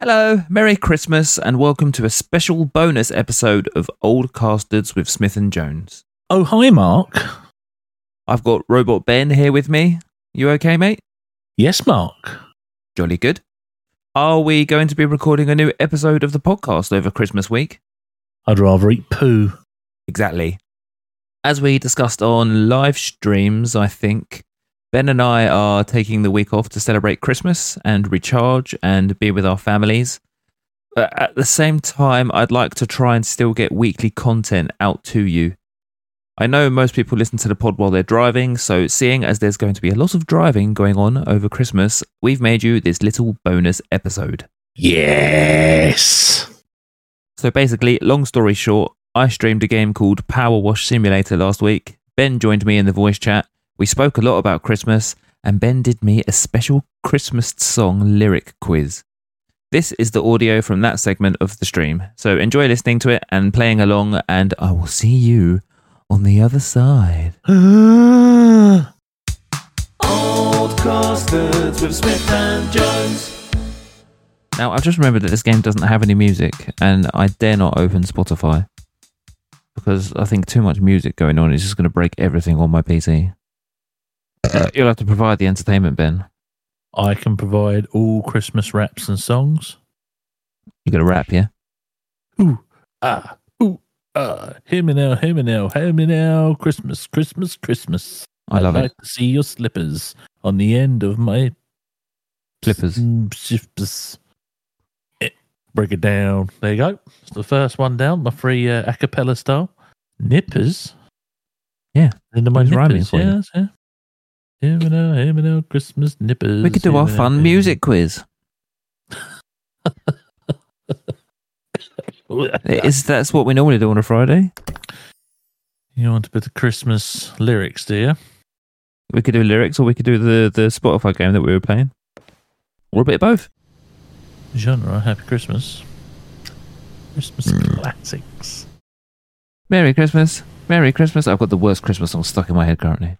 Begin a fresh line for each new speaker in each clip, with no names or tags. Hello, Merry Christmas, and welcome to a special bonus episode of Old Castards with Smith and Jones.
Oh, hi, Mark.
I've got Robot Ben here with me. You okay, mate?
Yes, Mark.
Jolly good. Are we going to be recording a new episode of the podcast over Christmas week?
I'd rather eat poo.
Exactly. As we discussed on live streams, I think Ben and I are taking the week off to celebrate Christmas and recharge and be with our families. But at the same time, I'd like to try and still get weekly content out to you. I know most people listen to the pod while they're driving, so seeing as there's going to be a lot of driving going on over Christmas, we've made you this little bonus episode.
Yes.
So basically, long story short, I streamed a game called Power Wash Simulator last week. Ben joined me in the voice chat. We spoke a lot about Christmas, and Ben did me a special Christmas song lyric quiz. This is the audio from that segment of the stream. So enjoy listening to it and playing along, and I will see you on the other side.
Ah.
Now, I've just remembered that this game doesn't have any music, and I dare not open Spotify because I think too much music going on is just going to break everything on my PC. Uh, you'll have to provide the entertainment, Ben.
I can provide all Christmas raps and songs.
You're going to rap, yeah?
Ah, ooh, ah. Hear me now, hear me now, hear me now. Christmas, Christmas, Christmas.
I love
would
it.
like to see your slippers on the end of my
Slippers.
Mm, slippers. Eh, Break it down. There you go. It's the first one down. My free uh, acapella style. Nippers.
Yeah.
In the most
It's rhyming
nippers.
for you.
Yeah, that's it. Here we know, here we know, Christmas nippers.
We could do
here
our
now,
fun
here we
music quiz.
know.
Is that's what we normally do on a Friday?
You want a bit of Christmas lyrics, do you?
We could do lyrics, or we could do the the Spotify game that we were playing, or a bit of both.
Genre, Happy Christmas. Christmas
Mm.
classics.
Merry Christmas, Merry Christmas. I've got the worst Christmas song stuck in my head currently.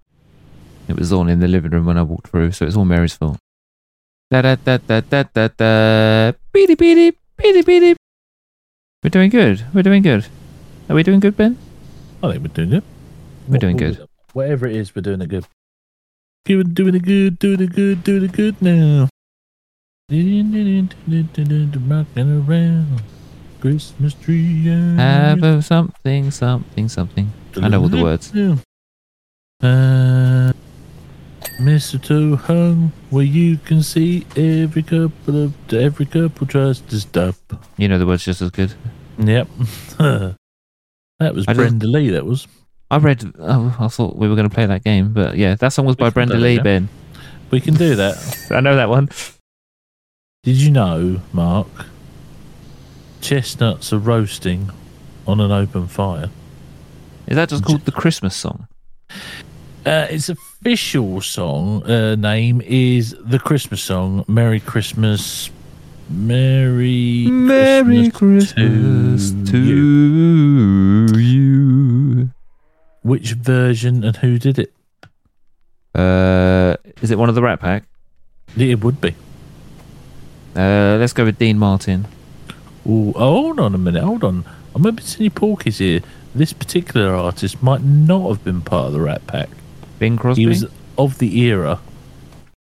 It was on in the living room when I walked through, so it's all Mary's fault. Da da da da da da da. Beady beady beady beady. We're doing good. We're doing good. Are we doing good, Ben?
I think we're doing good.
We're doing good.
Whatever it is, we're doing it good. Doing doing it good, doing it good, doing it good now. Rocking around Christmas tree. yeah.
Have a something, something, something. I know all the words.
Uh, mistletoe hung where you can see every couple of every couple tries to stop.
You know the words just as good.
Yep. that was
I just-
Brenda Lee. That was.
I read. Oh, I thought we were going to play that game, but yeah, that song was by
Which one
Brenda
did I
Lee.
get?
Ben,
We can do that.
I know that one.
Did you know, Mark? Chestnuts are roasting on an open fire.
Is that just called the Christmas song?
Uh, its official song uh, name is the Christmas song "Merry Christmas, Merry you."
to you.
Which version and who did it?
Uh, is it one of the Rat Pack?
It would be.
Uh, let's go with Dean Martin.
Ooh, oh, hold on a minute. Hold on. I'm a bit silly porkies here. This particular artist might not have been part of the Rat Pack.
Bing Crosby.
He was of the era.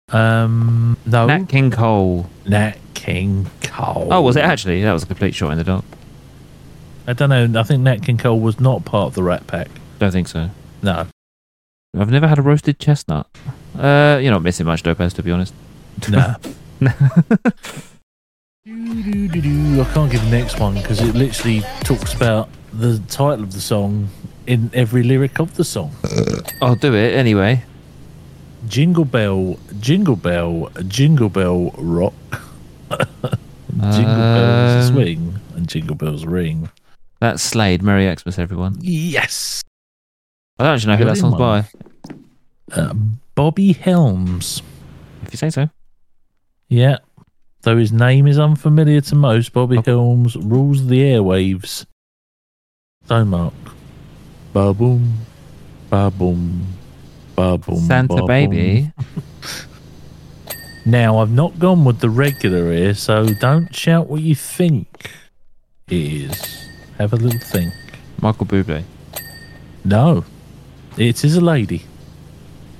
Um, no,
Nat
Nat,
King Cole.
King Cole.
Oh, was it actually? That was a complete shot in the dark.
I don't know. I think Nat King Cole was not part of the Rat Pack.
Don't think so.
No.
I've never had a roasted chestnut. Uh, you're not missing much, Lopez, to be honest.
No. Doo-doo-doo-doo. I can't give the next one because it literally talks about the title of the song in every lyric of the song.
I'll do it anyway.
Jingle bell, jingle bell, jingle bell rock. Jingle bells
Um,
swing and jingle bells ring.
That's Slade. Merry Xmas, everyone.
Yes.
I don't actually know who that
Really,
song's
man?
by.
Uh, Bobby Helms.
If you say so.
Yeah. Though his name is unfamiliar to most, Bobby
Oh.
Helms rules the airwaves. So, Mark. Ba boom. Ba boom. Ba boom.
Santa
ba-boom.
Baby.
Now, I've not gone with the regular here, so don't shout what you think it is. Have a little think.
Michael Bublé.
No, it is a lady,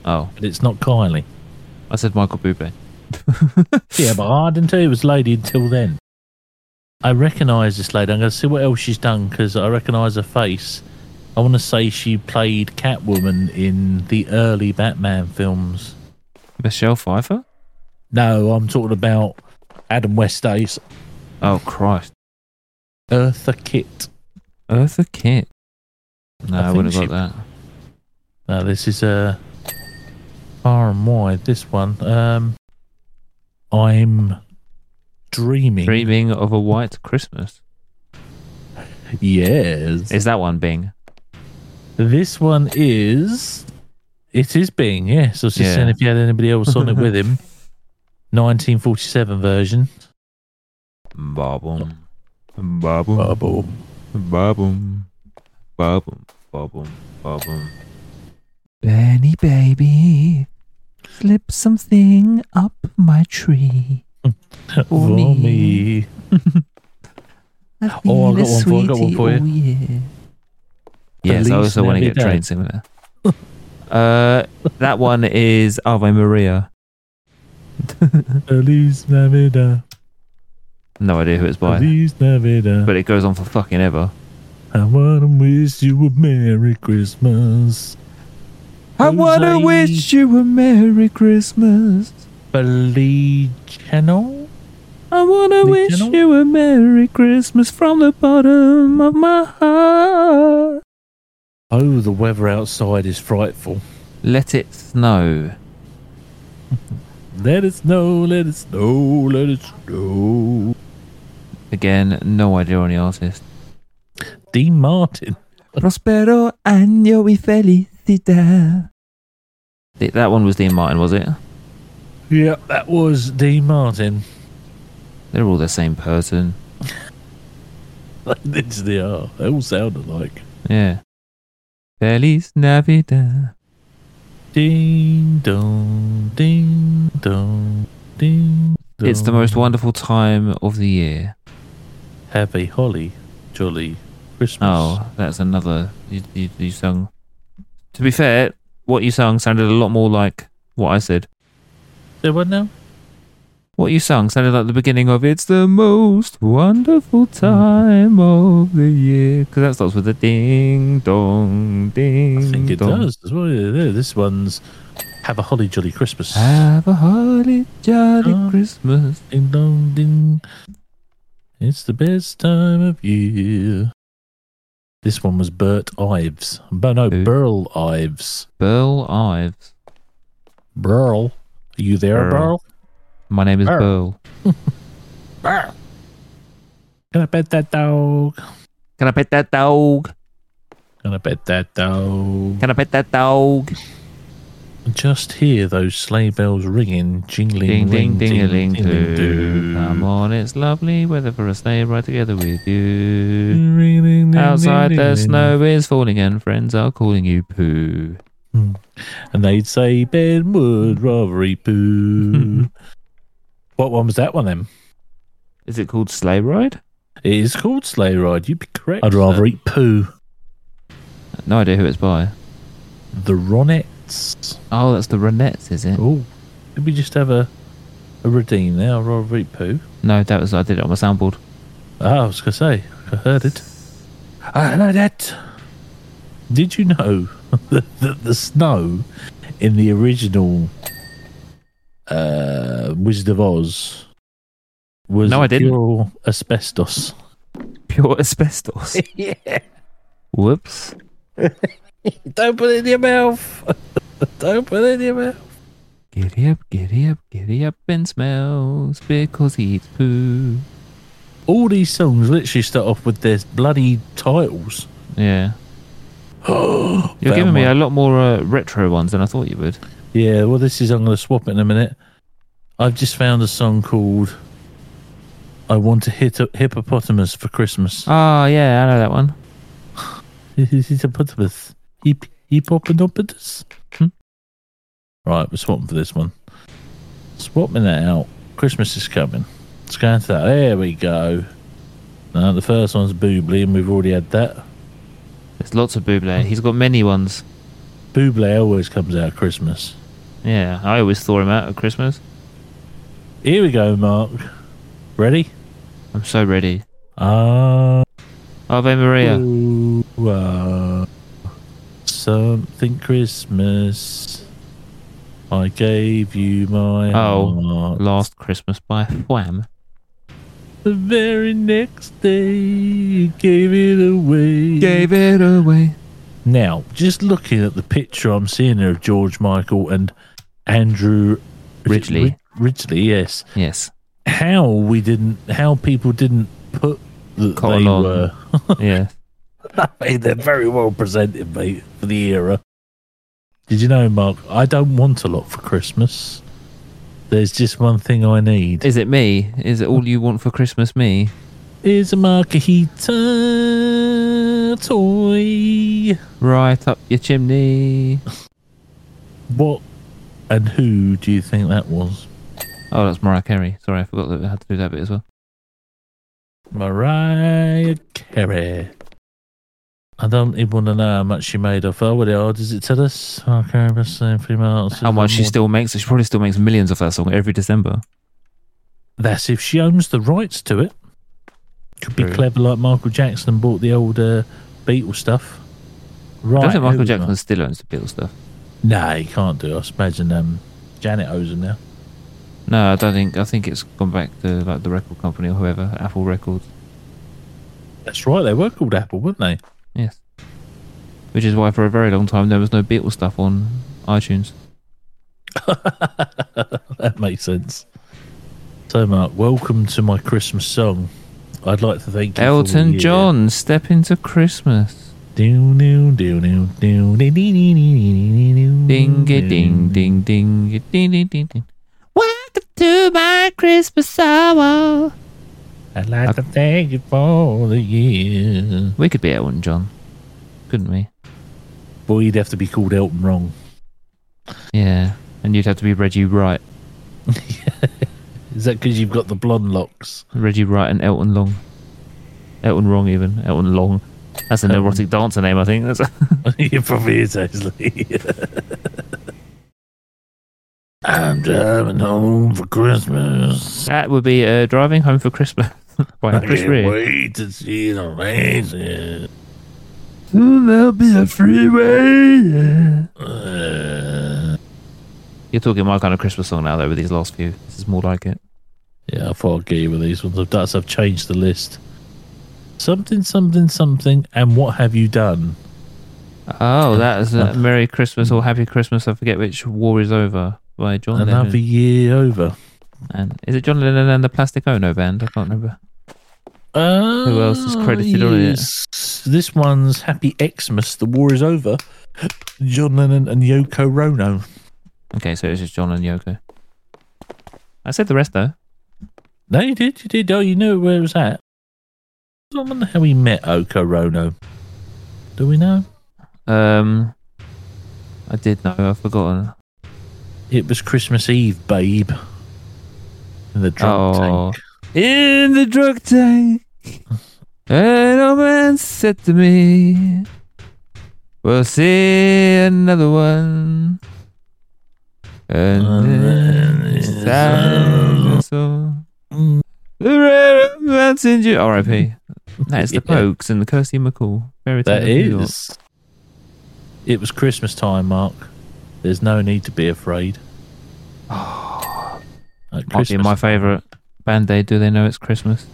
Oh,
but it's not Kylie.
I said Michael Bublé.
Yeah, but I didn't tell you it was lady until then. I recognise this lady. I'm going to see what else she's done because I recognise her face. I want to say she played Catwoman in the early Batman films.
Michelle Pfeiffer?
No, I'm talking about Adam West Days,
Oh, Christ.
Eartha Kitt.
Eartha Kitt. No,
I
I,
think
wouldn't have
she-
got that.
Now this is uh, far and wide. This one. Um, I'm dreaming.
Dreaming of a White Christmas.
Yes.
Is that one Bing?
This one is. It is Bing, yes. I was just
Yeah.
saying if you had anybody else on it with him. 1947 version.
Ba-boom. Ba-boom. Ba-boom. Ba-boom. Ba-boom. Ba-boom. Benny baby, slip something up my tree.
For me.
I
Oh, I've feel got a one for- I've got one for sweetie,
yeah. Yes, I
Feliz
also want to get
Navidad.
trained similar. uh, that one is Ave Maria.
Feliz Navidad.
No idea who it's by,
Feliz Navidad.
but it goes on for fucking ever.
I want to wish you a Merry Christmas.
I wanna
Jose.
wish you a Merry Christmas.
Feliz Channel?
I wanna
Nick
wish
Channel?
you a Merry Christmas from the bottom of my heart.
Oh, the weather outside is frightful.
Let it snow.
Let it snow, let it snow, let it snow.
Again, no idea on the artist.
Dean Martin.
Prospero año y felicidad. Th- That one was Dean Martin, was it?
Yeah, that was Dean Martin.
They're all the same person.
It's they are. They all sound alike.
Yeah. Feliz Navidad.
Ding dong, ding dong, ding. Dong.
It's the most wonderful time of the year.
Happy holly, jolly Christmas.
Oh, that's another. You, you, you sung. To be fair, what you sung sounded a lot more like what I said.
there what now?
What you sung sounded like the beginning of "It's the most wonderful
Hmm.
time of the year" because that starts with a ding dong, ding.
I think it
dong.
does. That's what it is. This one's have a holly, jolly Christmas.
Have a holly jolly
Oh.
Christmas.
Ding dong, ding. It's the best time of year. This one was Bert Ives. But no,
Who?
Burl Ives.
Burl Ives.
Burl. Are you there,
Burl.
Burl?
My name is
Burl.
Burl.
Burl. Can I pet that dog?
Can I pet that dog?
Can I pet that dog?
Can I pet that dog?
Just hear those sleigh bells ringing, jingling,
Ding ding
ring,
ding a ling
ding,
doo.
doo.
Come on, it's lovely weather for a sleigh ride together with you.
Ring, ding, ding, ding,
Outside
ding,
the
ding.
snow is falling and friends are calling you poo.
and they'd say Ben would rather eat poo. what one was that one then?
Is it called Sleigh Ride?
It is called sleigh ride. You'd be correct. I'd
rather
rather eat poo.
No idea who it's by.
The Ronettes.
Oh, that's the Ronettes, is it?
Oh, did we just have a a redeem there? I'd rather eat poo.
No, that was I did it on my soundboard.
Ah, I was gonna say I heard it. Ah, I know that. Did you know that the, the snow in the original uh, Wizard of Oz was
No, I didn't.
pure asbestos?
Pure asbestos.
yeah,
Whoops.
don't put it in your mouth. don't put it in your mouth.
Giddy up, giddy up, giddy up and smells because he eats poo.
All these songs literally start off with their bloody titles.
Yeah. You're
Found
giving me
one.
a lot more uh, retro ones than I thought you would.
Yeah, well, this is. I'm going to swap it in a minute. I've just found a song called "I Want to Hit a Hippopotamus for Christmas."
Oh, yeah, I know that one.
Hippopotamus, Hip- hippopotamus.
Hmm.
Right, we're swapping for this one. Swapping that out. Christmas is coming. Let's go into that. There we go. Now the first one's Bublé, and we've already had that.
There's lots of Buble. He's got many ones.
Bublé always comes out at Christmas.
Yeah, I always thaw him out at Christmas.
Here we go, Mark. Ready?
I'm so ready.
Ah,
Ave Maria.
ooh, ah. something Christmas. I gave you my
Oh,
heart.
Last Christmas by Wham.
The very next day, you gave it away.
it away.
Now, just looking at the picture I'm seeing there of George Michael and Andrew is it
Ridgely.
Rid- Ridgely, yes.
Yes.
How we didn't, how people didn't put that
Cotton
they
on.
were.
Yeah.
Hey, they're very well presented, mate, for the era. Did you know, Mark? I don't want a lot for Christmas. There's just one thing I need.
Is it me? Is it all you want for Christmas? Me?
Is a Makahita toy.
Right up your chimney.
What and who do you think that was?
Oh, that's Mariah Carey. Sorry, I forgot that I had to do that bit as well.
Mariah Carey. I don't even want to know how much she made off her. What the hell does it tell us? Okay, best selling female artist
How
of
much she
all-
still makes? She probably still makes millions of that song every December.
That's if she owns the rights to it. Could be
True.
clever, like Michael Jackson bought the old uh, Beatles stuff. Right.
I don't think
who
Michael
was
Jackson still owns the Beatles stuff.
that? No, he can't do. it. I just imagine um, Janet owes him now.
No, I don't think. I think it's gone back to like the record company or whoever, Apple Records.
That's right. They were called Apple, weren't they?
Yes. Which is why for a very long time there was no Beatles stuff on iTunes.
That makes sense. So, Mark, welcome to my Christmas song. I'd like to thank you for all
Elton
the-
John, step into Christmas.
Ding ding ding ding ding ding ding
Ding a ding ding ding a ding ding ding ding. Welcome to my Christmas hour.
I'd like to thank you for all the year.
We could be Elton John, couldn't we?
Boy, you'd have to be called Elton wrong.
Yeah, and you'd have to be Reggie Wright,
Is that because you've got the blonde locks?
Reggie Wright and Elton Long, Elton Wrong even, Elton Long. That's an erotic dancer name, I think. That's
you probably is actually. I'm driving home for Christmas.
that would be uh, driving home for Christmas. By
I
Uh, Chris
can't
Rea.
wait to see the races.
Soon there'll be a freeway.
Uh,
You're talking my kind of Christmas song now, though. With these last few, this is more like it.
yeah, I thought I'd get you with these ones. I've, that's, I've changed the list. Something, something, something, and what have you done?
Oh, that's uh, Merry Christmas or Happy Christmas. I forget which War is Over by John
Another
Lennon.
year over.
And is it John Lennon and the Plastic Ono Band? I can't remember.
Uh,
else is credited on it?
yes. This one's Happy Xmas, The War is Over. John Lennon and Yoko Rono.
Okay, so it's just John and Yoko. I said the rest though.
No, you did, you did. Oh, you knew where it was at. I wonder how we met Yoko Rono. Do we know?
Um, I did know. I've forgotten.
It was Christmas Eve, babe. In the drunk
Oh.
tank.
In the drug tank, an old man said to me, "We'll see another one." And then it's time so
Mm.
the rare mountain dew. R.I.P. That is the Pokes and the Kirsty McCall. Fairy Tale
That
of New York.
is. It was Christmas time, Mark. There's no need to be afraid. At
Oh. Might be my favourite band aid. Do they know it's Christmas?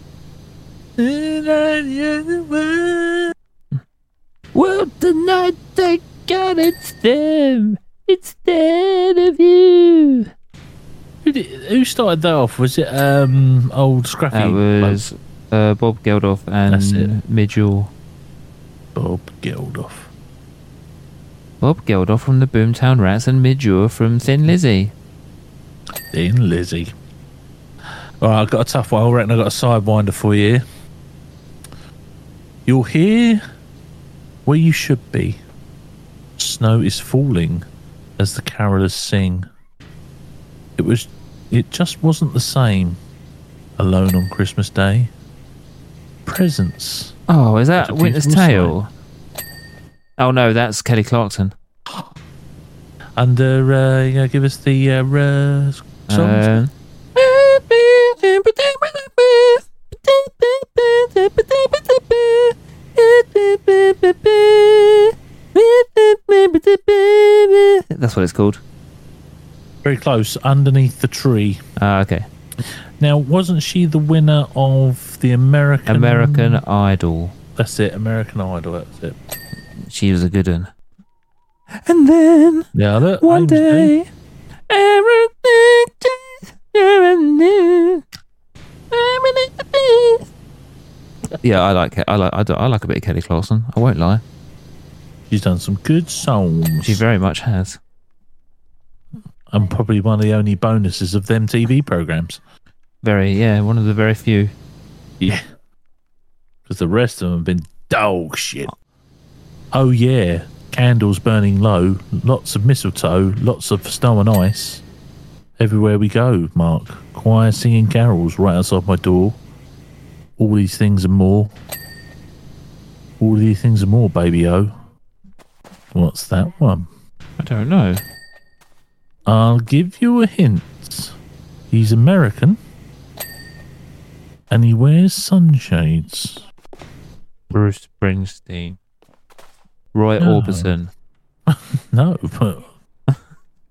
Well, tonight they got it's them instead of you.
Who, did, who started that off? Was it um old Scrappy?
That was uh, Bob Geldof
That's
and
it.
Mitchell.
Bob Geldof.
Bob Geldof from the Boomtown Rats and Midge from Thin Lizzy.
Then Lizzie. All right, I've got a tough one. I reckon I've got a sidewinder for you. You're here where you should be. Snow is falling as the carolers sing. It was It just wasn't the same alone on Christmas Day. Presents.
Oh, is that
That's a
Winter's
beautiful
Tale? Oh no, that's Kelly Clarkson.
Under, uh, you know, give us the uh, uh, songs.
Uh, Um, that's what it's called.
Very close, underneath the tree.
Ah, okay.
Now, wasn't she the winner of the American?
American Idol.
That's it, American Idol. That's it.
She was a good one. And then
Yeah, look,
one
Amesbury.
day, everything changes. You're a new- everything- Yeah, I like it. I like. I, do, I like a bit of Kelly Clarkson. I won't lie.
she's done some good songs.
She very much has.
and probably one of the only bonuses of them TV programs.
Very, yeah, one of the very few.
Yeah, because the rest of them have been dog shit. Oh yeah, candles burning low, lots of mistletoe, lots of snow and ice. Everywhere we go, Mark. Choir singing carols right outside my door. All these things and more. All these things and more, baby O. What's that one?
I don't know.
I'll give you a hint. He's American. And he wears sunshades.
Bruce Springsteen, Roy
No.
Orbison.
No, but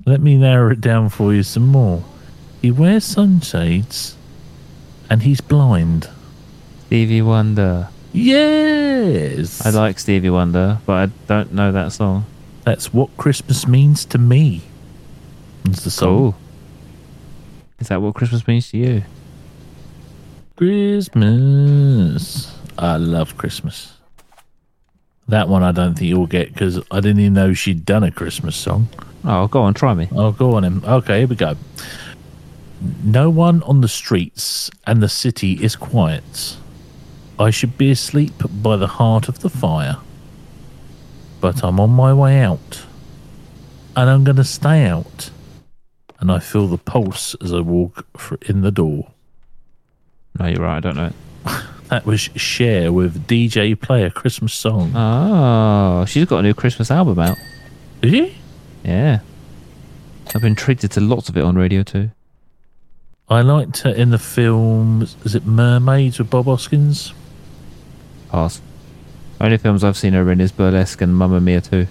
let me narrow it down for you some more. He wears sunshades and he's blind.
Stevie Wonder.
Yes!
I like Stevie Wonder, but I don't know that song.
That's what Christmas means to me. It's the song.
Cool. Is that what Christmas means to you?
Christmas. I love Christmas. That one I don't think you'll get because I didn't even know she'd done a Christmas song.
Oh, go on, try me.
Oh, go on him. Okay, here we go. No one on the streets and the city is quiet. I should be asleep by the heart of the fire. But I'm on my way out. And I'm going to stay out. And I feel the pulse as I walk fr- in the door.
No, you're right. I don't know it.
That was Share with DJ Play a Christmas song.
Oh, she's got a new Christmas album out.
Did you?
Yeah. I've been treated to lots of it on radio too.
I liked her in the film, is it Mermaids with Bob Hoskins?
Pass. Only films I've seen her in is Burlesque and Mamma Mia 2.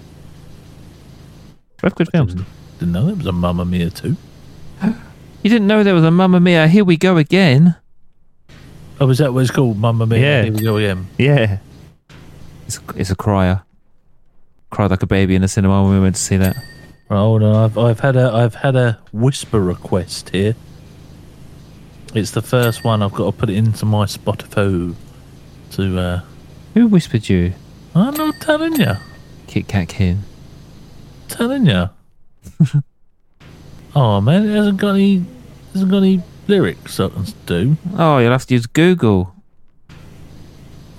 Both good films.
Didn't know that was a Mamma Mia too.
You didn't know there was a Mamma Mia. Here we go again.
Oh, is that what it's called? Mamma Mia.
Yeah.
Here we go again.
Yeah. It's, it's a crier. Cried like a baby in the cinema when we went to see that.
Right, hold on. I've, I've had a I've had a whisper request here. It's the first one. I've got to put it into my Spotify. To uh,
Who whispered you?
I'm not telling you.
Kit Kat Kid.
Telling you. oh man, it hasn't got any hasn't got any lyrics I can do.
Oh, you'll have to use Google.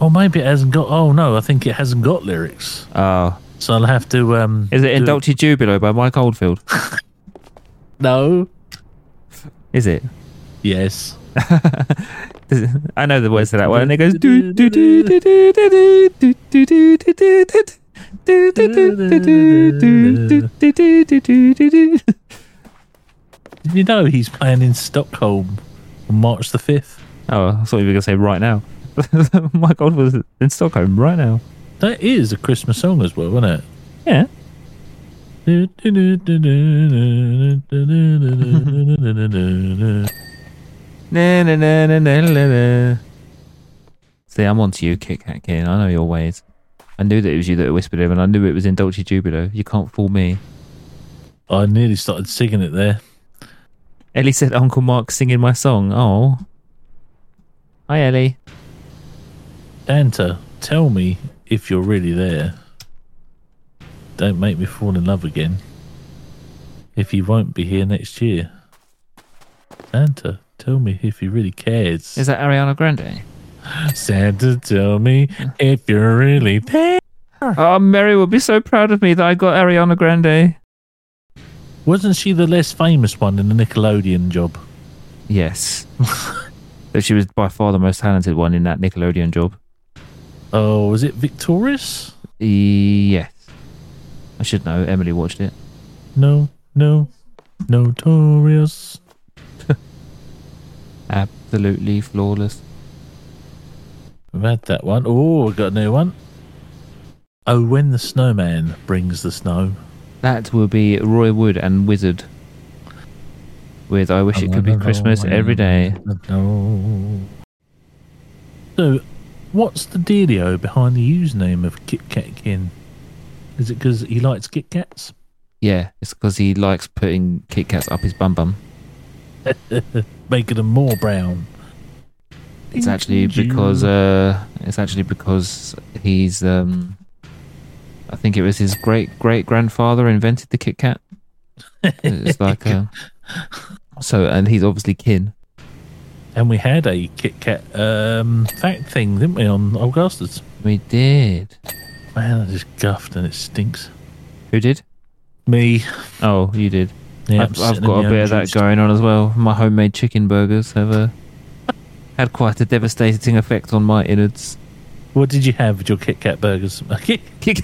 Or maybe it hasn't got. Oh no, I think it hasn't got lyrics.
Oh.
So I'll have to. um
Is it in
do-
Dolce Jubilo by Mike Oldfield?
No.
Is it?
Yes.
I know the words to that one. And it goes. "Do, do, do, do, do, do, do, do, do, do, do, do, do, do, do, do, do, do, do, do, do, do, do, do, do."
Did you know he's playing in Stockholm on March the 5th?
Oh, I thought you were going to say right now. My God, was in Stockholm right now.
That is a Christmas song as well, isn't it?
Yeah. Na, na, na, na, na, na, na. See, I'm onto you, Kit Kat Kid. I know your ways. I knew that it was you that whispered him, and I knew it was in Dolce Jubilo. You can't fool me.
I nearly started singing it there.
Ellie said Uncle Mark singing my song. Oh. Hi, Ellie.
Danta, tell me if you're really there. Don't make me fall in love again. If you won't be here next year. Santa, tell me if he really cares.
Is that Ariana Grande?
Santa, tell me if you're really there.
Oh, Mary will be so proud of me that I got Ariana Grande.
Wasn't she the less famous one in the Nickelodeon job?
Yes. But she was by far the most talented one in that Nickelodeon job.
Oh, was it Victorious?
Yes. I should know. Emily watched it.
No, no, Notorious.
Absolutely flawless.
I've had that one. Oh, I got a new one. Oh, when the snowman brings the snow.
That will be Roy Wood and Wizard with I Wish It Could Be Christmas Every Day.
No. So, what's the dealio behind the username of Kit Kat Kin? Is it because he likes Kit Kats?
Yeah, it's because he likes putting Kit Kats up his bum bum.
Making them more brown.
It's actually
Mm-hmm.
because uh, it's actually because he's um, I think it was his great great grandfather invented the Kit Kat. It's like uh, so, and he's obviously kin.
And we had a Kit Kat um, fact thing, didn't we, on Old Bastards?
We did.
Man, I just guffed and it stinks.
Who did?
Me.
Oh, you did.
Yeah,
I've, I've got a bit of that going on as well. My homemade chicken burgers have uh, had quite a devastating effect on my innards.
What did you have with your Kit Kat burgers? A Kit
Kit-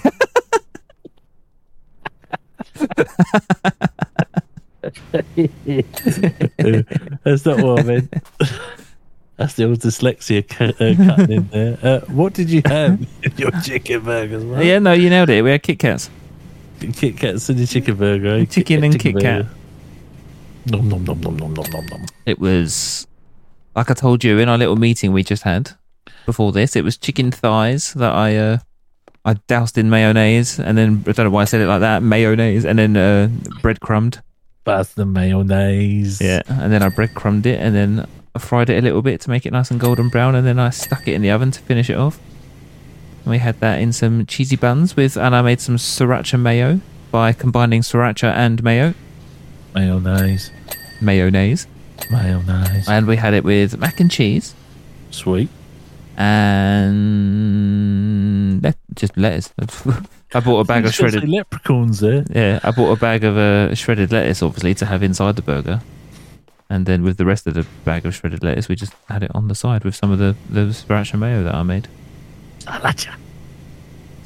That's not what I meant. That's the old dyslexia cu- uh, cutting in there. Uh, what did you have in your chicken burgers? mate?
yeah, no, you nailed it. We had Kit Kats.
Kit Kats and your chicken burger. eh?
Chicken and Kit Kat.
burger. Nom nom nom nom nom nom nom nom.
It was, like I told you in our little meeting we just had before this, it was chicken thighs that I uh, I doused in mayonnaise and then, I don't know why I said it like that, mayonnaise, and then uh, breadcrumbed.
That's the mayonnaise.
And then I breadcrumbed it and then I fried it a little bit to make it nice and golden brown and then I stuck it in the oven to finish it off. And we had that in some cheesy buns with, and I made some sriracha mayo by combining sriracha and mayo,
Mayonnaise.
mayonnaise.
Mayonnaise.
And we had it with mac and cheese
Sweet.
and let, just lettuce. I bought a bag of
It's got
shredded.
leprechauns eh?
Yeah,
there.
I bought a bag of uh, shredded lettuce, obviously, to have inside the burger. And then with the rest of the bag of shredded lettuce, we just had it on the side with some of the, the sriracha mayo that I made.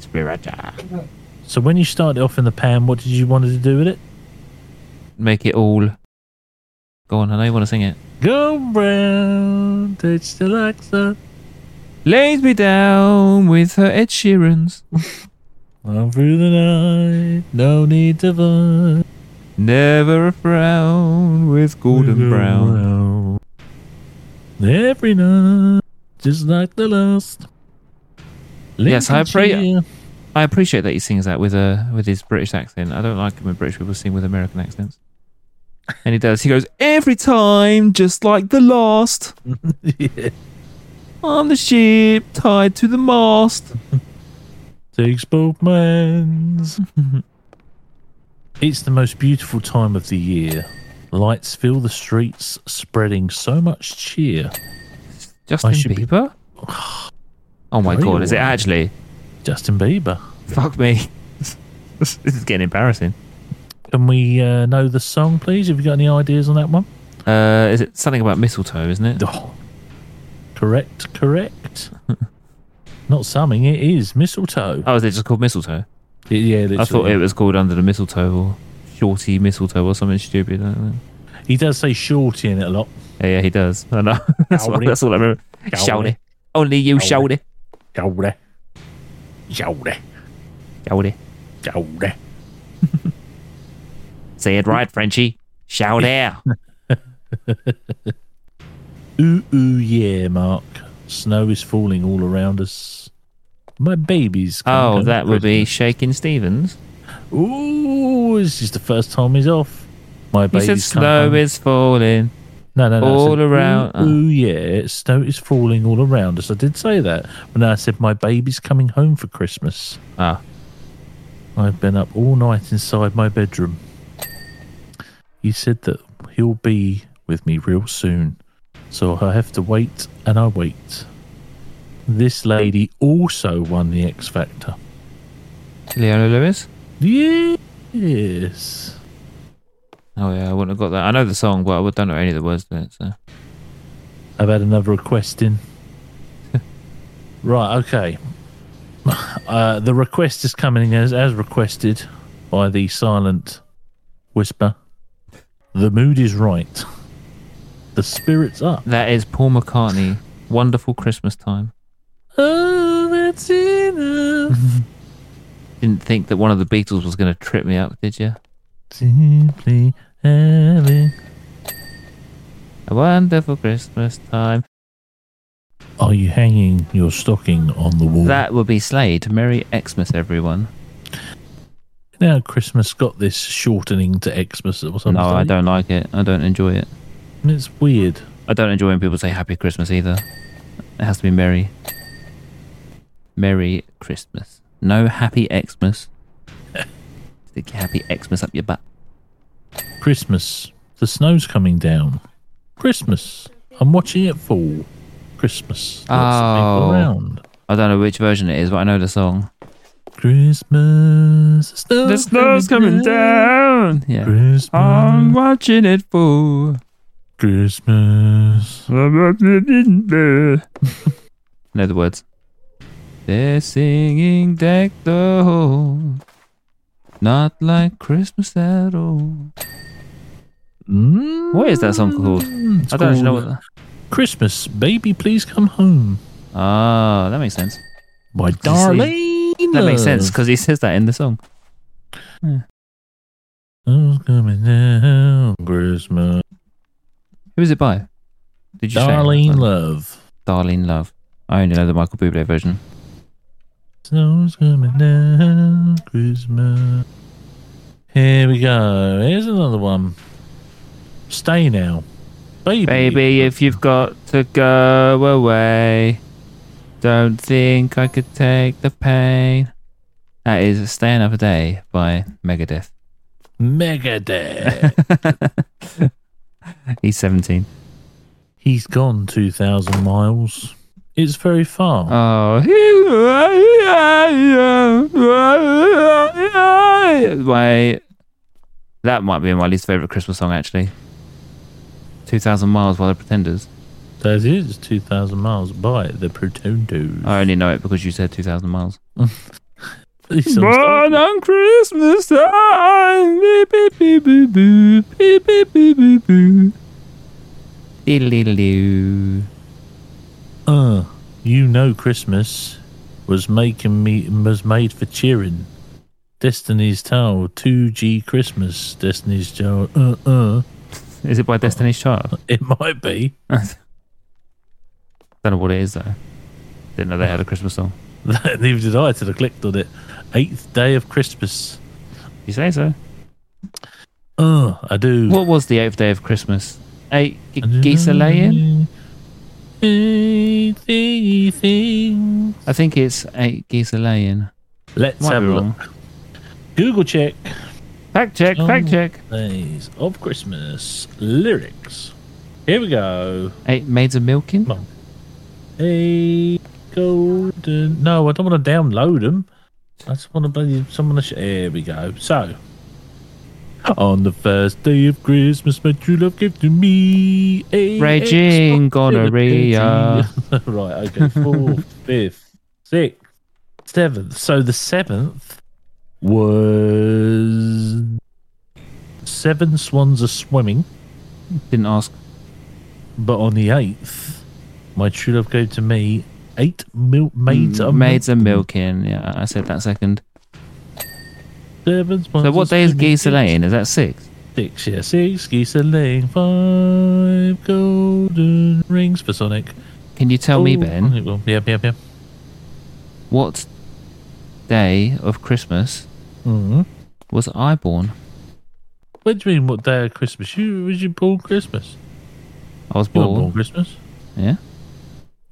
Sriracha.
So when you started off in the pan, what did you want to do with it?
Make it all. Go on, I know you want to sing it.
Go round, touch the likes of-
Lays me down with her Ed Sheeran's.
on through the night. No need to fight.
Never a frown with Gordon Brown.
Every night, just like the last.
Yes, I pray-
Lincolnshire.
I appreciate that he sings that with a with his British accent. I don't like it when British people sing with American accents. And he does. He goes every time, just like the last.
Yeah.
I'm the ship tied to the mast.
Takes both hands. it's the most beautiful time of the year. Lights fill the streets, spreading so much cheer.
Justin
I should be-
Bieber. Oh my
Are you
god! Is it
alright?
actually?
Justin Bieber.
Fuck me. this is getting embarrassing.
Can we uh, know the song, please? Have you got any ideas on that one?
Uh, is it something about mistletoe? Isn't it?
Oh. Correct, correct. Not summing, it is mistletoe.
Oh, is it just called mistletoe?
Y- yeah,
I thought
literally.
it was called under the mistletoe or shorty mistletoe or something stupid. like that.
He does say shorty in it a lot.
Yeah, yeah, he does. I know. that's, what,
Shouty.
that's all I remember.
Shouty.
Shouty. Only you,
Shouty.
shouty.
Shorty. Shorty.
Shouty.
Shorty.
Say it right, Frenchie. Shout out.
Ooh, ooh, yeah, Mark. Snow is falling all around us. My baby's coming
Oh,
home
that
for
would be Shaking Stevens.
Christmas. Ooh, this is the first time he's off. My
He
baby's
said
coming
snow
home."
is falling.
No, no, no. I
All
said,
around- uh-huh.
Ooh, ooh, yeah, snow is falling all around us. I did say that. But no, I said, my baby's coming home for Christmas.
Ah,
I've been up all night inside my bedroom. He said that he'll be with me real soon. So I have to wait and I wait. This lady also won the X Factor.
Leona Lewis.
Yes.
Oh, Oh yeah, I wouldn't have got that. I know the song, but I don't know any of the words to it. So
I've had another request in. right, okay. Uh, the request is coming as as requested by the silent whisper. The mood is right. The spirit's up.
that is Paul McCartney. Wonderful Christmas time.
Oh, it's enough.
Didn't think that one of the Beatles was going to trip me up, did you?
Simply having.
A wonderful Christmas time.
Are you hanging your stocking on the wall?
That would be Slade. Merry Xmas, everyone.
now Christmas got this shortening to Xmas or something.
No, Oh, I don't like it. I don't enjoy it.
It's weird.
I don't enjoy when people say Happy Christmas either. It has to be Merry. Merry Christmas. No Happy Xmas. Stick your Happy Xmas up your butt.
Christmas. The snow's coming down. Christmas. I'm watching it fall. Christmas. Lots of
Oh.
people around.
I don't know which version it is, but I know the song.
Christmas. The snow's,
down. Um, Yeah.
Christmas.
watching it fall.
Christmas.
know the words. They're singing deck the hall. Not like Christmas at all.
Mm,
What is that song called?
It's
I don't actually know what
called
that.
Christmas, baby, please come home.
Ah, that makes sense.
My
you see?
darling.
That makes
love.
sense because he says that in the song.
Snow's coming down. Christmas.
Who is it by? Did you say?
Darling Love.
Darlene Love. I only know the Michael Bublé version.
Snow's coming down. Christmas. Here we go. Here's another one. Stay now. Baby.
Baby, if you've got to go away, don't think I could take the pain. That is "Stay Another Day" by Megadeth.
Megadeth.
He's seventeen.
He's gone 2,000 miles. It's very far.
Oh, why? That might be my least favorite Christmas song, actually. Two thousand miles by the Pretenders.
That is 2,000 miles by the Protondos.
I only know it because you said two thousand miles.
These songs don't-
Born on Christmas time. Beep, beep, beep, boo, boo. Beep, beep, beep, boo, boo. Diddly-doo.
Uh, you know Christmas was making me was made for cheering. Destiny's Child, 2G Christmas, Destiny's Child. Uh, uh,
Is it by Destiny's Child?
it might be.
Don't know what it is though. Didn't know they had a Christmas song.
Neither did I till I clicked on it. Eighth day of Christmas.
You say so?
Uh, I do.
What was the eighth day of Christmas? Eight g- geese a laying?
Anything.
I think it's eight geese a laying.
Let's
Might
have
be
a look.
wrong.
Google check.
Fact check. Fact
Oh.
check.
Days of Christmas lyrics. Here we go.
Eight maids a milking.
Come on. A golden. No, I don't want to download them. I just want to bloody someone. To sh- Here we go. So, on the first day of Christmas, my true love gave to me a
Raging gonorrhea.
right. Okay. Fourth, fifth, sixth, seventh. So the seventh was seven swans are swimming.
Didn't ask.
But on the 8th, my true love gave to me eight mil- maids of
Maids a milking. Yeah, I said that second.
servants.
So what day is geese a laying? Is that six?
Six, yeah, six geese a laying, five golden rings for Sonic.
Can you tell me,
Oh,
Ben,
Sonic, well, Yep, yep, yep.
what day of Christmas
Mm-hmm.
was I born?
What do you mean, what day of Christmas? You was you born Christmas?
I was
You were born
born.
Christmas?
Yeah.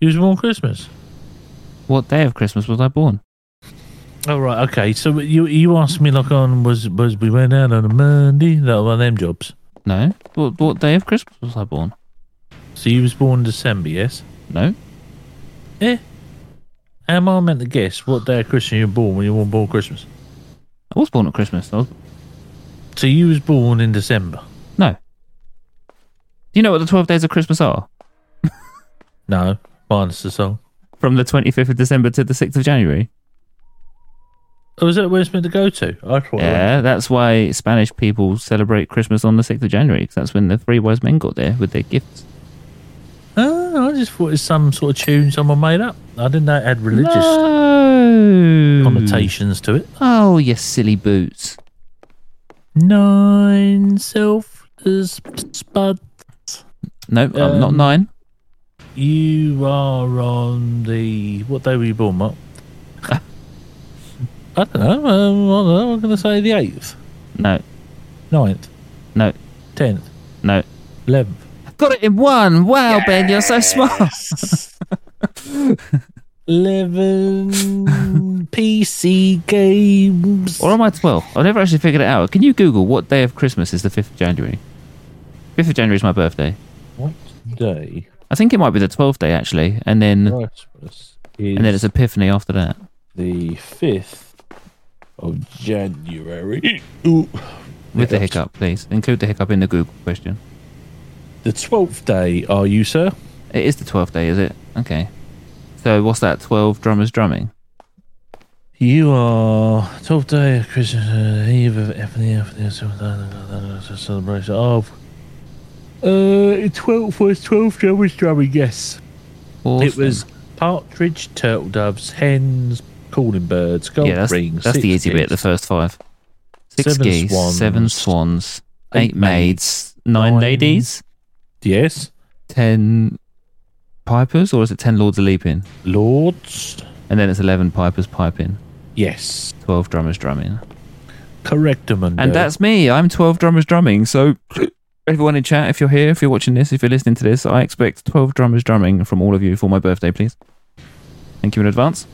You was born Christmas?
What day of Christmas was I born?
Oh right, okay. So you you asked me like on was was we went out on a Monday? That one of them jobs.
No. What, what day of Christmas was I born?
So you was born December, yes?
No.
Am I meant to guess what day of Christmas you were born when you were born Christmas?
I was born at Christmas. I was,
So you was born in December.
Do you know what the 12 days of Christmas are?
No, minus the song.
From the 25th of December to the 6th of January?
Oh, is that where it's meant to go to? I thought. it went-
Yeah, that's why Spanish people celebrate Christmas on the 6th of January, because that's when the three wise men got there with their gifts.
Oh, I just thought it was some sort of tune someone made up. I didn't know it had religious
No.
connotations to it.
Oh, you silly boots.
Nine selfless spud.
No, I'm not
Um,
nine.
You are on the what day were you born, Mark? I don't know. Um, I don't know. I'm going to say the eighth,
No,
9th,
no,
tenth,
no.
eleventh.
Got it in one. Wow, Ben, you're so smart.
Eleven PC games.
Or am I 12? I've never actually figured it out. Can you Google what day of Christmas is the 5th of January? 5th of January is my birthday.
What day?
I think it might be the 12th day, actually. And then,
Christmas is
and then it's Epiphany after that.
the fifth of January. Ooh.
With the
Hiccups.
hiccup, please. Include the hiccup in the Google question.
The twelfth day, are you, sir?
It is the 12th day, is it? Okay. So what's that? 12 drummers drumming?
You are 12th day of Christmas uh, Eve of Epiphany Epiphany, seventh day of the celebration of. Uh, 12th was 12 drummers drumming, yes. It
Awesome.
was partridge, turtle doves, hens, calling birds, gold
yeah, that's,
rings.
that's
six
the easy bit, the
geese,
first five. Six
Seven
geese,
swans.
seven swans, eight,
Eight
maids, nine,
nine-
ladies,
Yes.
ten pipers, or is it ten lords a leaping?
Lords.
And then it's eleven pipers piping,
Yes.
twelve drummers drumming.
Correctamundo.
And that's me. I'm 12 drummers drumming. So, everyone in chat, if you're here, if you're watching this, if you're listening to this, I expect 12 drummers drumming from all of you for my birthday, please. Thank you in advance.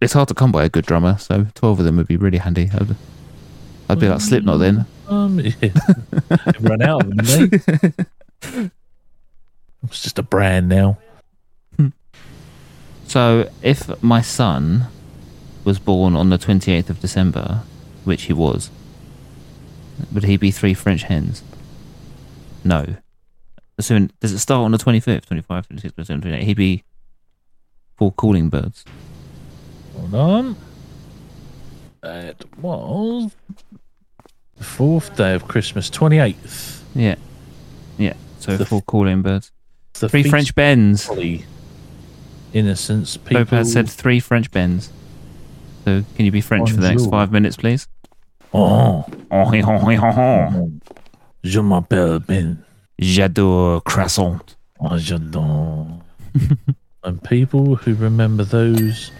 It's hard to come by a good drummer, so 12 of them would be really handy. I'd, I'd be like Slipknot then.
Um, yeah. Run out of them, mate. It's just a brand now.
So, if my son was born on the 28th of December, which he was, would he be three French hens? No. Assuming, does it start on the 25th, 25th, 26th, 27th, 28th? He'd be four calling birds.
Hold on. That was the fourth day of Christmas, 28th.
Yeah. Yeah. So,
The-
four calling birds.
The
Three
Feast
French
of
bens.
Holy Innocence people.
Lopez said three French bens. So, can you be French for the next
Bonjour.
five minutes, please?
Oh,
Oh, hey, oh, hey, oh, oh.
je m'appelle Ben.
J'adore croissant.
Oh, j'adore. and people who remember those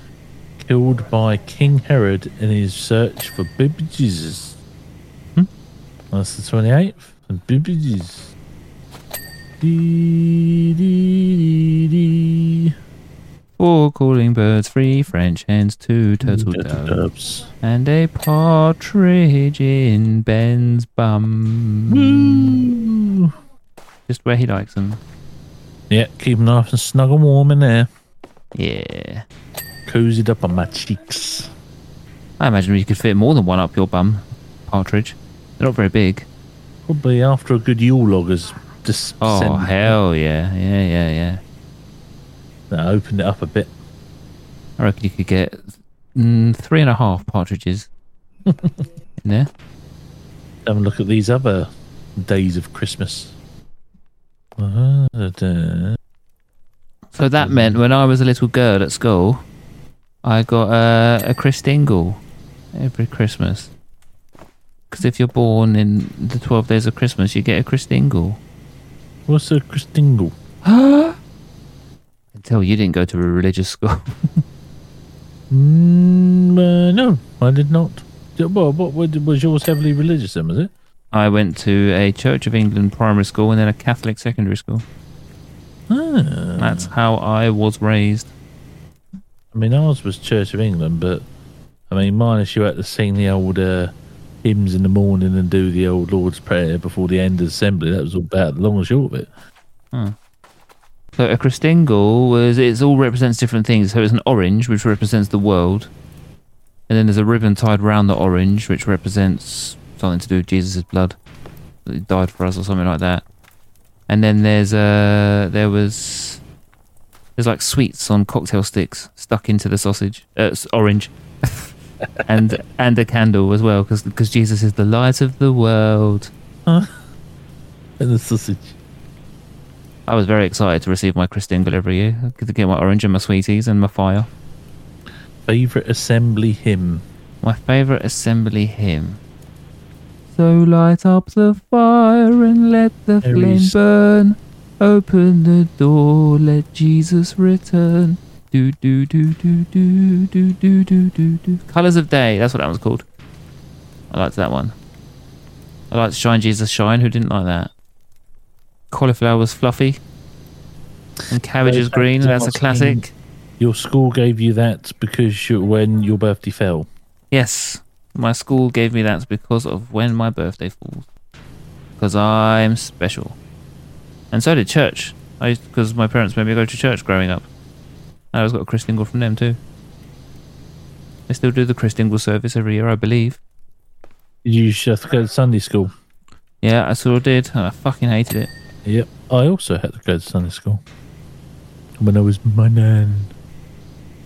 killed by King Herod in his search for baby Jesus.
Hmm?
That's the 28th. And baby Jesus. Dee, dee, dee, dee.
Four calling birds, three French hens, two Mm, turtle
Turtle
doves,
doves.
and a partridge in Ben's bum.
Woo!
Just where he likes them.
Yeah, keep them nice and snug and warm in there.
Yeah.
Cozied up on my cheeks.
I imagine you could fit more than one up your bum, partridge. They're not very big.
Probably after a good Yule log has just
Oh,
sent-
hell yeah. Yeah, yeah, yeah.
no, opened it up a bit.
I reckon you could get mm, three and a half partridges in there.
have a look at these other days of Christmas. Uh, da-
So that meant when I was a little girl at school, I got uh, a Christingle every Christmas. Because if you're born in the 12 days of Christmas, you get a Christingle.
What's a Christingle?
I can tell you didn't go to a religious school.
Mm, uh, no, I did not. D- Well, what, what was yours heavily religious then, was it?
I went to a Church of England primary school and then a Catholic secondary school.
Ah,
That's how I was raised.
I mean, ours was Church of England, but I mean, minus you had to sing the old uh, hymns in the morning and do the old Lord's Prayer before the end of assembly. That was all about the long and short of it.
So a Christingle was it all represents different things. So it's an orange, which represents the world, and then there's a ribbon tied round the orange, which represents something to do with Jesus' blood that he died for us or something like that. And then there's uh there was there's like sweets on cocktail sticks stuck into the sausage, uh, s- orange, and and a candle as well because Jesus is the light of the world.
And the sausage.
I was very excited to receive my Christingle every year. I could get my orange and my sweeties and my fire.
Favourite assembly hymn.
My favourite assembly hymn. So light up the fire and let the
There
flame
is-
burn. Open the door, let Jesus return. Do do do do do do do do do do. Colours of Day. That's what that one's called. I liked that one. I liked Shine Jesus Shine. Who didn't like that? Cauliflower was fluffy. And cabbage is
Those
green.
are
That's a
what's
classic.
named- Your school gave you that because you, when your birthday fell.
Yes, my school gave me that because of when my birthday falls. Because I'm special. And so did church. I Because my parents made me go to church growing up. I always got a Christingle from them too. They still do the Christingle service every year, I believe.
You used to have to go to Sunday school.
Yeah, I sort of did, and I fucking hated it.
Yep. I also had to go to Sunday school when I was my nan.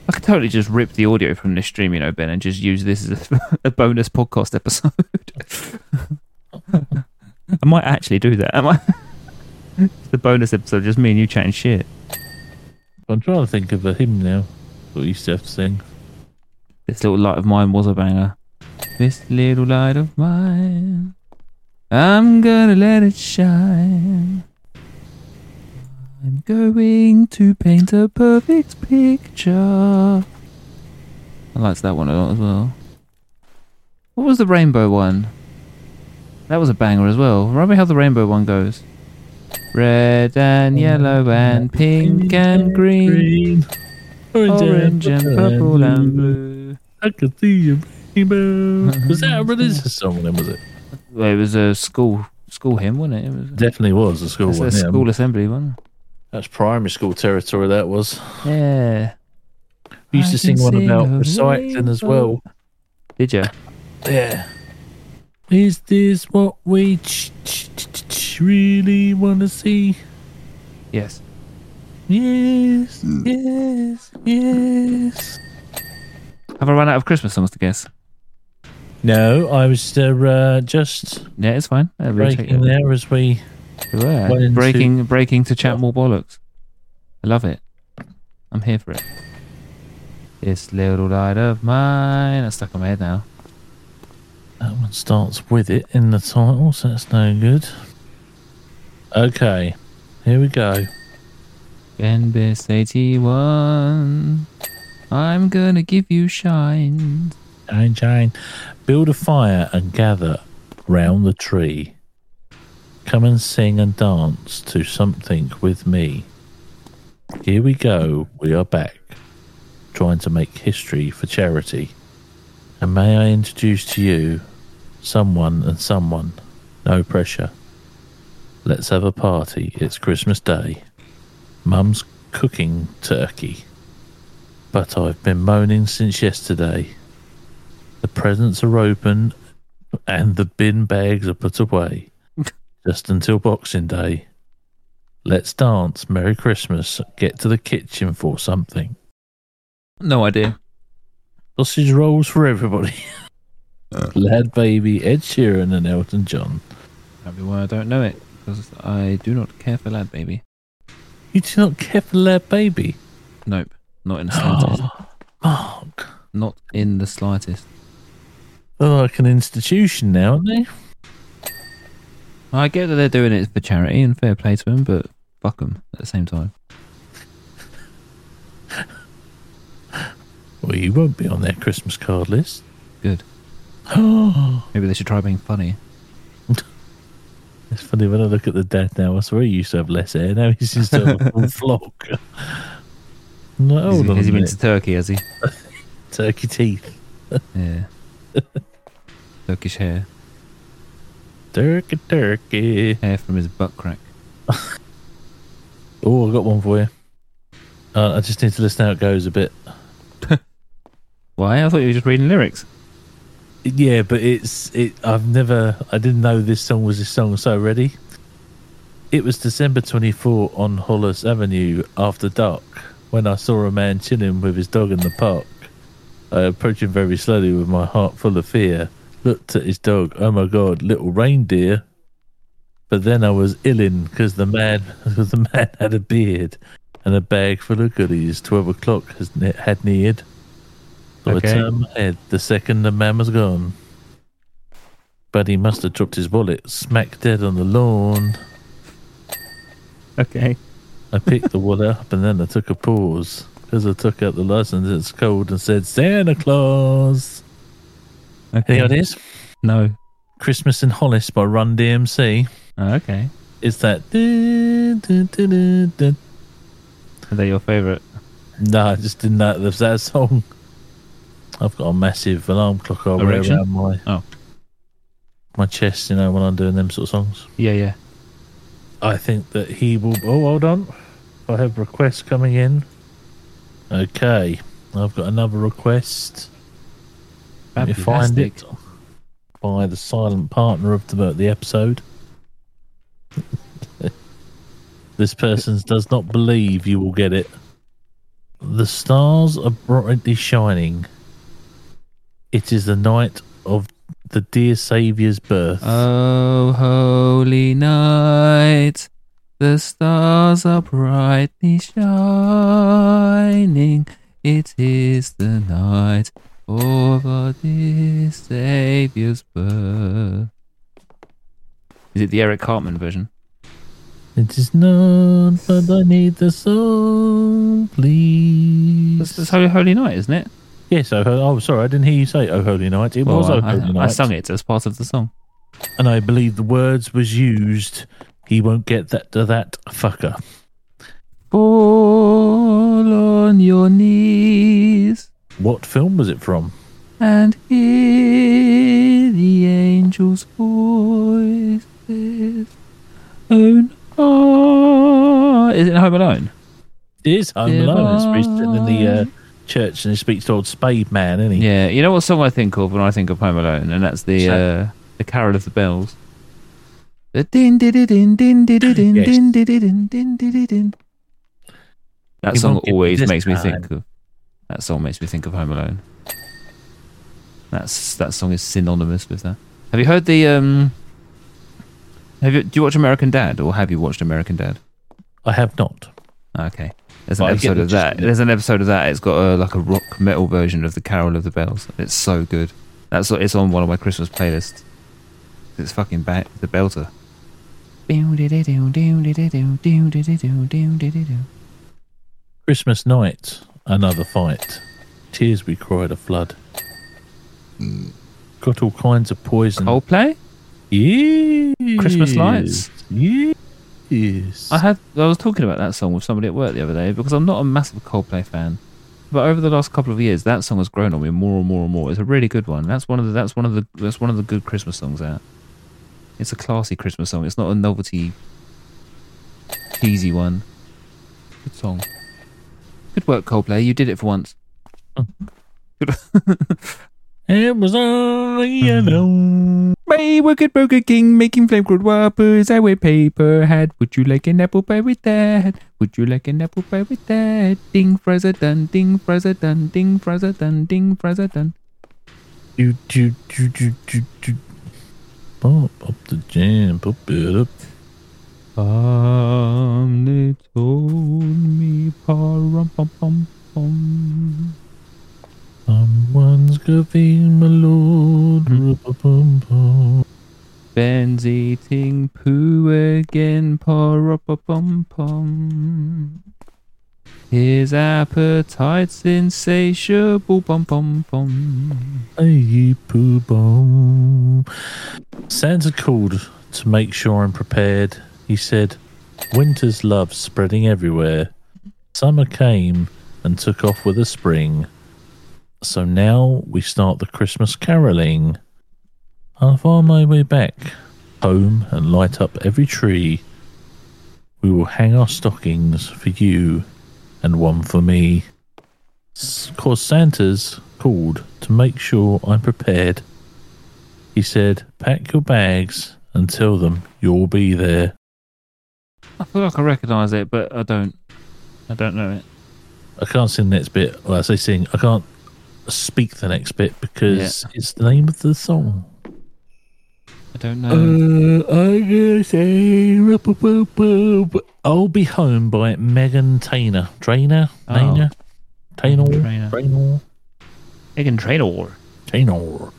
I could totally just rip the audio from this stream, you know, Ben, and just use this as a, a bonus podcast episode. I might actually do that. I might. the bonus episode, just me and you chatting shit.
I'm trying to think of a hymn now. What you used to have to sing.
This little light of mine was a banger. This little light of mine, I'm gonna let it shine. I'm going to paint a perfect picture. I liked that one a lot as well. What was the rainbow one? That was a banger as well. Remember how the rainbow one goes? Red and yellow and pink and green, orange and purple and blue.
I could see a rainbow. Was that a religious song then, was it?
Well, it was a school school hymn, wasn't it? It was
Definitely was a school
it's a
one. yeah.
school assembly one.
That's primary school territory, that was.
Yeah.
We used
I
to
can
sing one
see
about
the
recycling as well.
rainbow. Did you?
Yeah. Is this what we ch- ch- ch- ch- really want to see?
Yes.
Yes, yes, yes.
Have I run out of Christmas songs to guess?
No, I was uh, uh, just
Yeah, it's fine. I'll recheck
breaking
it.
there as we.
Yeah.
One and
Breaking, breaking to chat more bollocks. I love it. I'm here for it. This little light of mine. That's stuck in my head now.
That one starts with it in the title, so that's no good. Okay, here we go.
Ben Biss 81. I'm gonna give you shine.
Jane, Jane, build a fire and gather round the tree. Come and sing and dance to something with me. Here we go, we are back, trying to make history for charity. And may I introduce to you someone and someone, no pressure. Let's have a party, it's Christmas Day. Mum's cooking turkey. But I've been moaning since yesterday. The presents are open and the bin bags are put away just until Boxing Day. Let's dance. Merry Christmas. Get to the kitchen for something.
No idea.
Sausage rolls for everybody. Lad Baby, Ed Sheeran, and Elton John.
Probably why I don't know it. Because I do not care for Lad Baby.
You do not care for Lad Baby.
Nope. Not in the slightest.
Mark.
not in the slightest.
They're like an institution now, aren't they?
I get that they're doing it for charity and fair play to them, but fuck them at the same time.
Well, you won't be on their Christmas card list.
Good. Maybe they should try being funny.
It's funny when I look at the dad now. I swear he used to have less hair. Now he's just a full flock. No,
Has he-
hold on.
has he
a
been
minute.
to Turkey? Has he?
Turkey teeth.
Yeah. Turkish hair,
Turkey, turkey.
hair from his butt crack.
Oh, I got one for you. Uh, I just need to listen how it goes a bit.
Why? I thought you were just reading lyrics.
Yeah, but it's it. I've never. I didn't know this song was this song. So ready. It was December 24 on Hollis Avenue after dark when I saw a man chilling with his dog in the park. I approached him very slowly with my heart full of fear, looked at his dog, oh my god, little reindeer. But then I was illin because the man because the man had a beard and a bag full of goodies. Twelve o'clock has ne- had neared. So
Okay.
I turned my head the second the man was gone. But he must have dropped his wallet smack dead on the lawn.
Okay.
I picked the wallet up and then I took a pause because I took out the license. It's cold and said Santa Claus.
Okay.
Any ideas?
No.
Christmas in Hollis by Run DMC.
Oh, okay.
It's that. du- du- du- du- du-
Are they your favourite?
No, I just didn't know it was that song. I've got a massive alarm clock I wear
Erection?
around my
Oh.
my chest, you know, when I'm doing them sort of songs.
Yeah, yeah.
I think that he will. Oh, hold on. I have requests coming in. Okay. I've got another request. Let me find it by the silent partner of the, the episode. this person does not believe you will get it. The stars are brightly shining. It is the night of the dear Saviour's birth.
Oh, holy night, the stars are brightly shining. It is the night of our dear Saviour's birth. Is it the Eric Cartman version?
It is none, but I need the soul, please.
It's Holy Holy Night, isn't it?
Yes, oh, ho- oh, sorry, I didn't hear you say "Oh Holy Night." It was
Well,
"Oh
I,
Holy
I,
Night,"
I sung it as part of the song.
and I believe the words was used. He won't get that to that fucker.
Fall on your knees
What film was it from?
and hear the angels' voices. Oh, no. Is it Home Alone?
It is Home
Divine.
Alone. It's where he's sitting in the uh, church and he speaks to old Spade Man, isn't he?
Yeah, you know what song I think of when I think of Home Alone, and that's the
Sure.
uh, the Carol of the Bells. The din din din din din din
Yes.
din din din din din din. That
He
song
won't get me
always
this
makes me
time.
think of. That song makes me think of Home Alone. That's that song is synonymous with that. Have you heard the um? Have you do you watch American Dad or have you watched American Dad?
I have not.
Okay. There's an
But I get
episode
the
of
gist
that.
of it.
There's an episode of that. It's got a, like a rock metal version of the Carol of the Bells. It's so good. That's what- it's on one of my Christmas playlists. It's fucking ba- the belter.
Christmas night, another fight. Tears we cried a flood. Got all kinds of poison.
Coldplay?
Yes.
Christmas lights.
Yes.
I had I was talking about that song with somebody at work the other day because I'm not a massive Coldplay fan, but over the last couple of years that song has grown on me more and more and more. It's a really good one. That's one of the that's one of the that's one of the good Christmas songs out. It's a classy Christmas song. It's not a novelty cheesy one. Good song. Good work, Coldplay. You did it for once.
It was only
Mm-hmm.
a loan.
Ray, wicked Burger King, making flame grilled whoppers. I wear paper hat. Would you like an apple pie with that? Would you like an apple pie with that? Ding, fries are done. Ding, fries are done. Ding, fries are done. Ding, fries are done.
Do, do, do, do, do, do. Pop up the jam, pop it up.
Um, they told me, parum pum pum pum.
Someone's giving my lord. Ru-ba-bum-bum.
Ben's eating poo again, pa-ra-pa-pum pum. His appetite's insatiable, pum pum pum.
Hey, poo bomb. Santa called to make sure I'm prepared. He said, Winter's love spreading everywhere. Summer came and took off with the spring. So now we start the Christmas caroling. I'll find my way back home and light up every tree. We will hang our stockings for you and one for me. S- Cause Santa's called to make sure I'm prepared. He said, Pack your bags and tell them you'll be there.
I feel like I recognise it, but I don't. I don't know it.
I can't sing the next bit. Well, I say sing. I can't speak the next bit because it's the name of the song.
I don't know.
I'm gonna Uh, say, I'll be home by Megan Tainer. Trainer,
Oh.
Tainer, Tainer,
Traynor.
Trainer,
Egg and Traynor.
Tainer.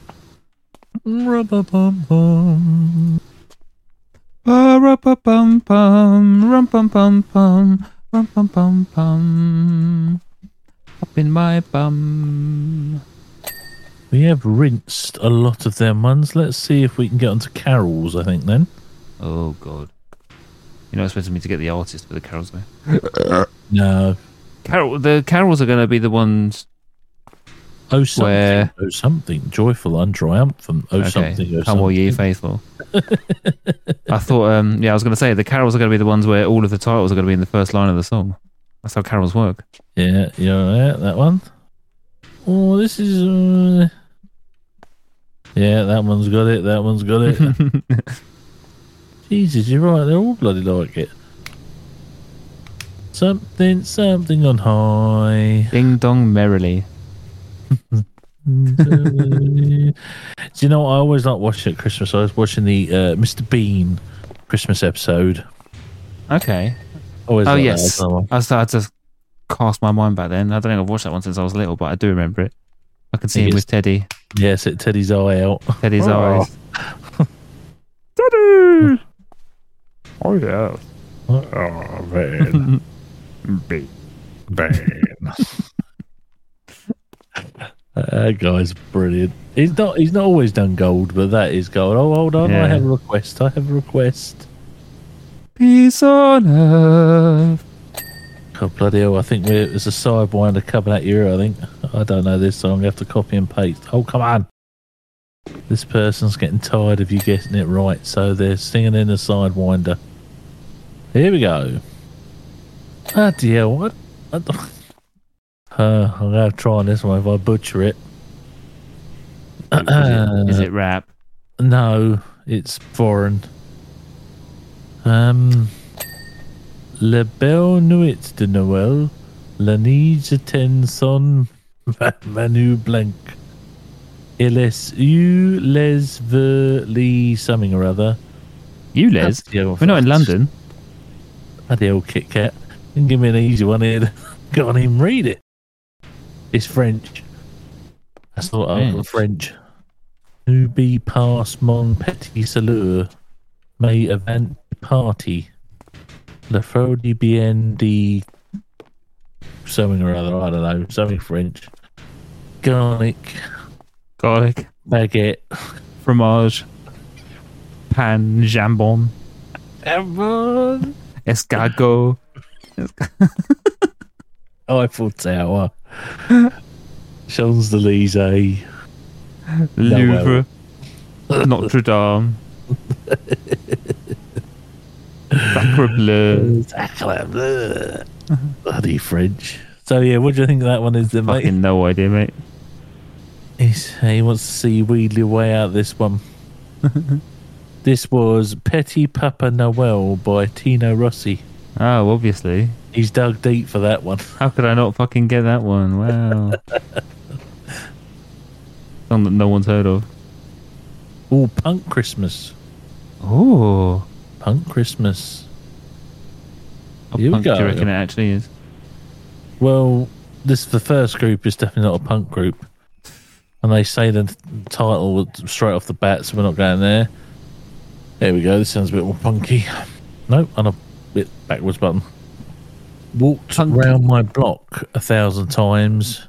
Rum-pum-pum. Ba-ra-pa-pum-pum. Rum-pum-pum-pum. Rum-pum-pum-pum. Up in my bum.
We have rinsed a lot of them ones. Let's see if we can get onto Carol's. I think then.
Oh, God. You're not supposed to me to get the artist for the carols, though.
No.
Carol, the carols are going to be the ones.
Oh something.
Where-
Oh something. Joyful and triumphant. Oh
Okay.
something. Oh,
Come all ye
something.
faithful. I thought, um, yeah, I was going to say the carols are going to be the ones where all of the titles are going to be in the first line of the song. That's how carols work.
Yeah, you all right? That one. Oh, this is. Uh... Yeah, that one's got it. That one's got it. Jesus, you're right. They're all bloody like it. Something, something on high.
Ding dong merrily.
Do you know what I always like watching at Christmas? I was watching the uh, Mr. Bean Christmas episode.
Okay.
Always
Oh
like that.
yes,
I love that one.
I started to cast my mind back then. I don't think I've watched that one since I was little, but I do remember it. I can see
Yes.
him with Teddy,
Yes, it Teddy's eye out.
Teddy's
Oh.
eyes.
Teddy! Oh, yes. Oh, man. Big. Man.
That guy's brilliant. He's not. He's not always done gold, but that is gold. Oh, hold on! I
Yeah.
have a request. I have a request.
Peace on earth.
God bloody hell! I think we're, it's a sidewinder coming at you. I think I don't know this, so I'm gonna have to copy and paste. Oh, come on! This person's getting tired of you getting it right, so they're singing in a sidewinder. Here we go. Bloody hell! What? what the- Uh, I'm gonna try on this one if I butcher it.
Is it, is it rap?
No, it's foreign. Um, Le Belle Nuit de Noël, La Nige ten son Manu Blanc. Il est eu les ver les something or other.
You, Les?
Bloody hell,
We're not in London.
Bloody old Kit Kat. And give me an easy one here. Can't even read it. It's French. That's not I've got French. Nubi pass mon petit salut. May event party. La frodi bien de something or other, I don't know, something French. Garlic,
Garlic,
baguette,
fromage, pan, jambon,
everyone.
escargot.
Eiffel Tower. Champs Elysees.
Louvre, Notre Dame, Sacre Bleu.
Bleh. Bloody French. Uh-huh. So yeah, what do you think that one is, then, mate?
Fucking no idea, mate.
He's, he wants to see Weedley way out this one. this was Petty Papa Noel by Tino Rossi.
Oh, obviously.
He's dug deep for that one.
How could I not fucking get that one? Wow. Song that no one's heard of.
Oh, Punk Christmas.
Oh.
Punk Christmas.
How
Here we
punk do
go.
you reckon it actually is?
Well, this the first group is definitely not a punk group, and they say the title straight off the bat, so we're not going there. There we go. This sounds a bit more punky. Nope, and a bit backwards button. Walked round my block a thousand times.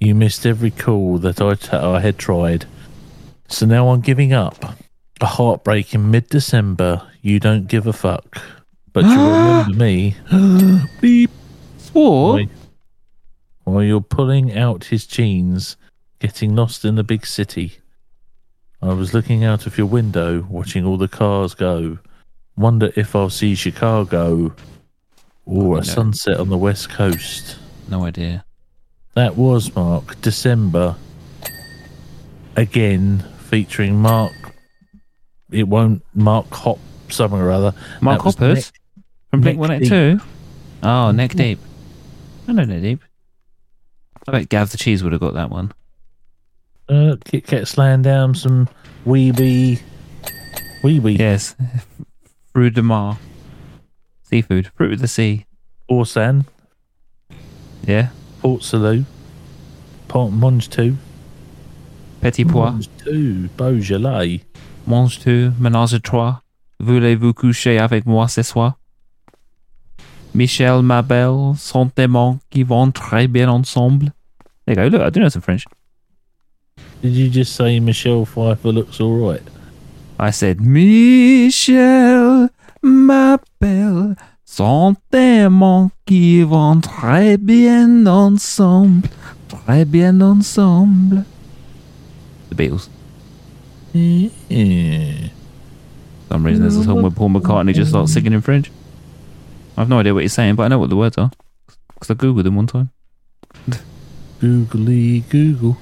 You missed every call that I t- I had tried. So now I'm giving up. A heartbreak in mid December. You don't give a fuck. But you remember me. Beep.
Swore?
Why- While you're pulling out his jeans, getting lost in the big city. I was looking out of your window, watching all the cars go. Wonder if I'll see Chicago or a
no.
sunset on the west coast.
No idea.
That was Mark December. Again, featuring Mark. It won't Mark Hop something or other.
Mark
That was
Hoppers?
Nick-
From Blink
Neck
182? Oh, Neck Deep. I know Neck Deep. I bet Gav the Cheese would have got that one.
Uh, Kit Kat slaying down some weeby, weeby,
Yes. Fruit de Mar. Seafood. Fruit of the Sea.
Orsan,
Yeah.
Port Salut, Pont Monge 2,
Petit Pois.
Monge 2, Beaujolais.
Mange two. Ménage à trois. Voulez-vous coucher avec moi ce soir? Michel, ma belle, sont des mots qui vont très bien ensemble. There you go. Look, I do know some French.
Did you just say Michelle Pfeiffer looks alright?
I said, Michel, ma belle, sont des mots qui vont très bien ensemble. Très bien ensemble. The Beatles.
Yeah.
For some reason, there's a song where Paul McCartney just starts singing in French. I've no idea what he's saying, but I know what the words are. Because I Googled them one time.
Googly Google.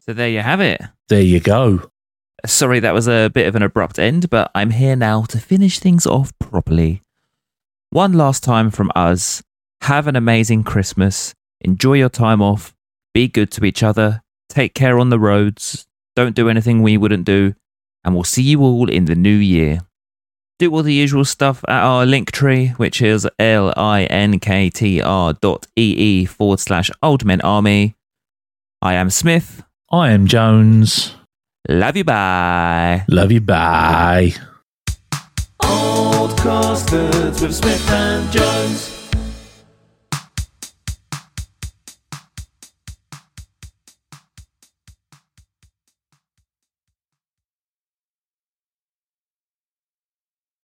So there you have it.
There you go.
Sorry, that was a bit of an abrupt end, but I'm here now to finish things off properly. One last time from us have an amazing Christmas, enjoy your time off, be good to each other, take care on the roads, don't do anything we wouldn't do, and we'll see you all in the new year. Do all the usual stuff at our link tree, which is linktr dot ee forward slash old men army. I am Smith.
I am Jones.
Love you. Bye.
Love you. Bye.
Old Costards with Smith and Jones.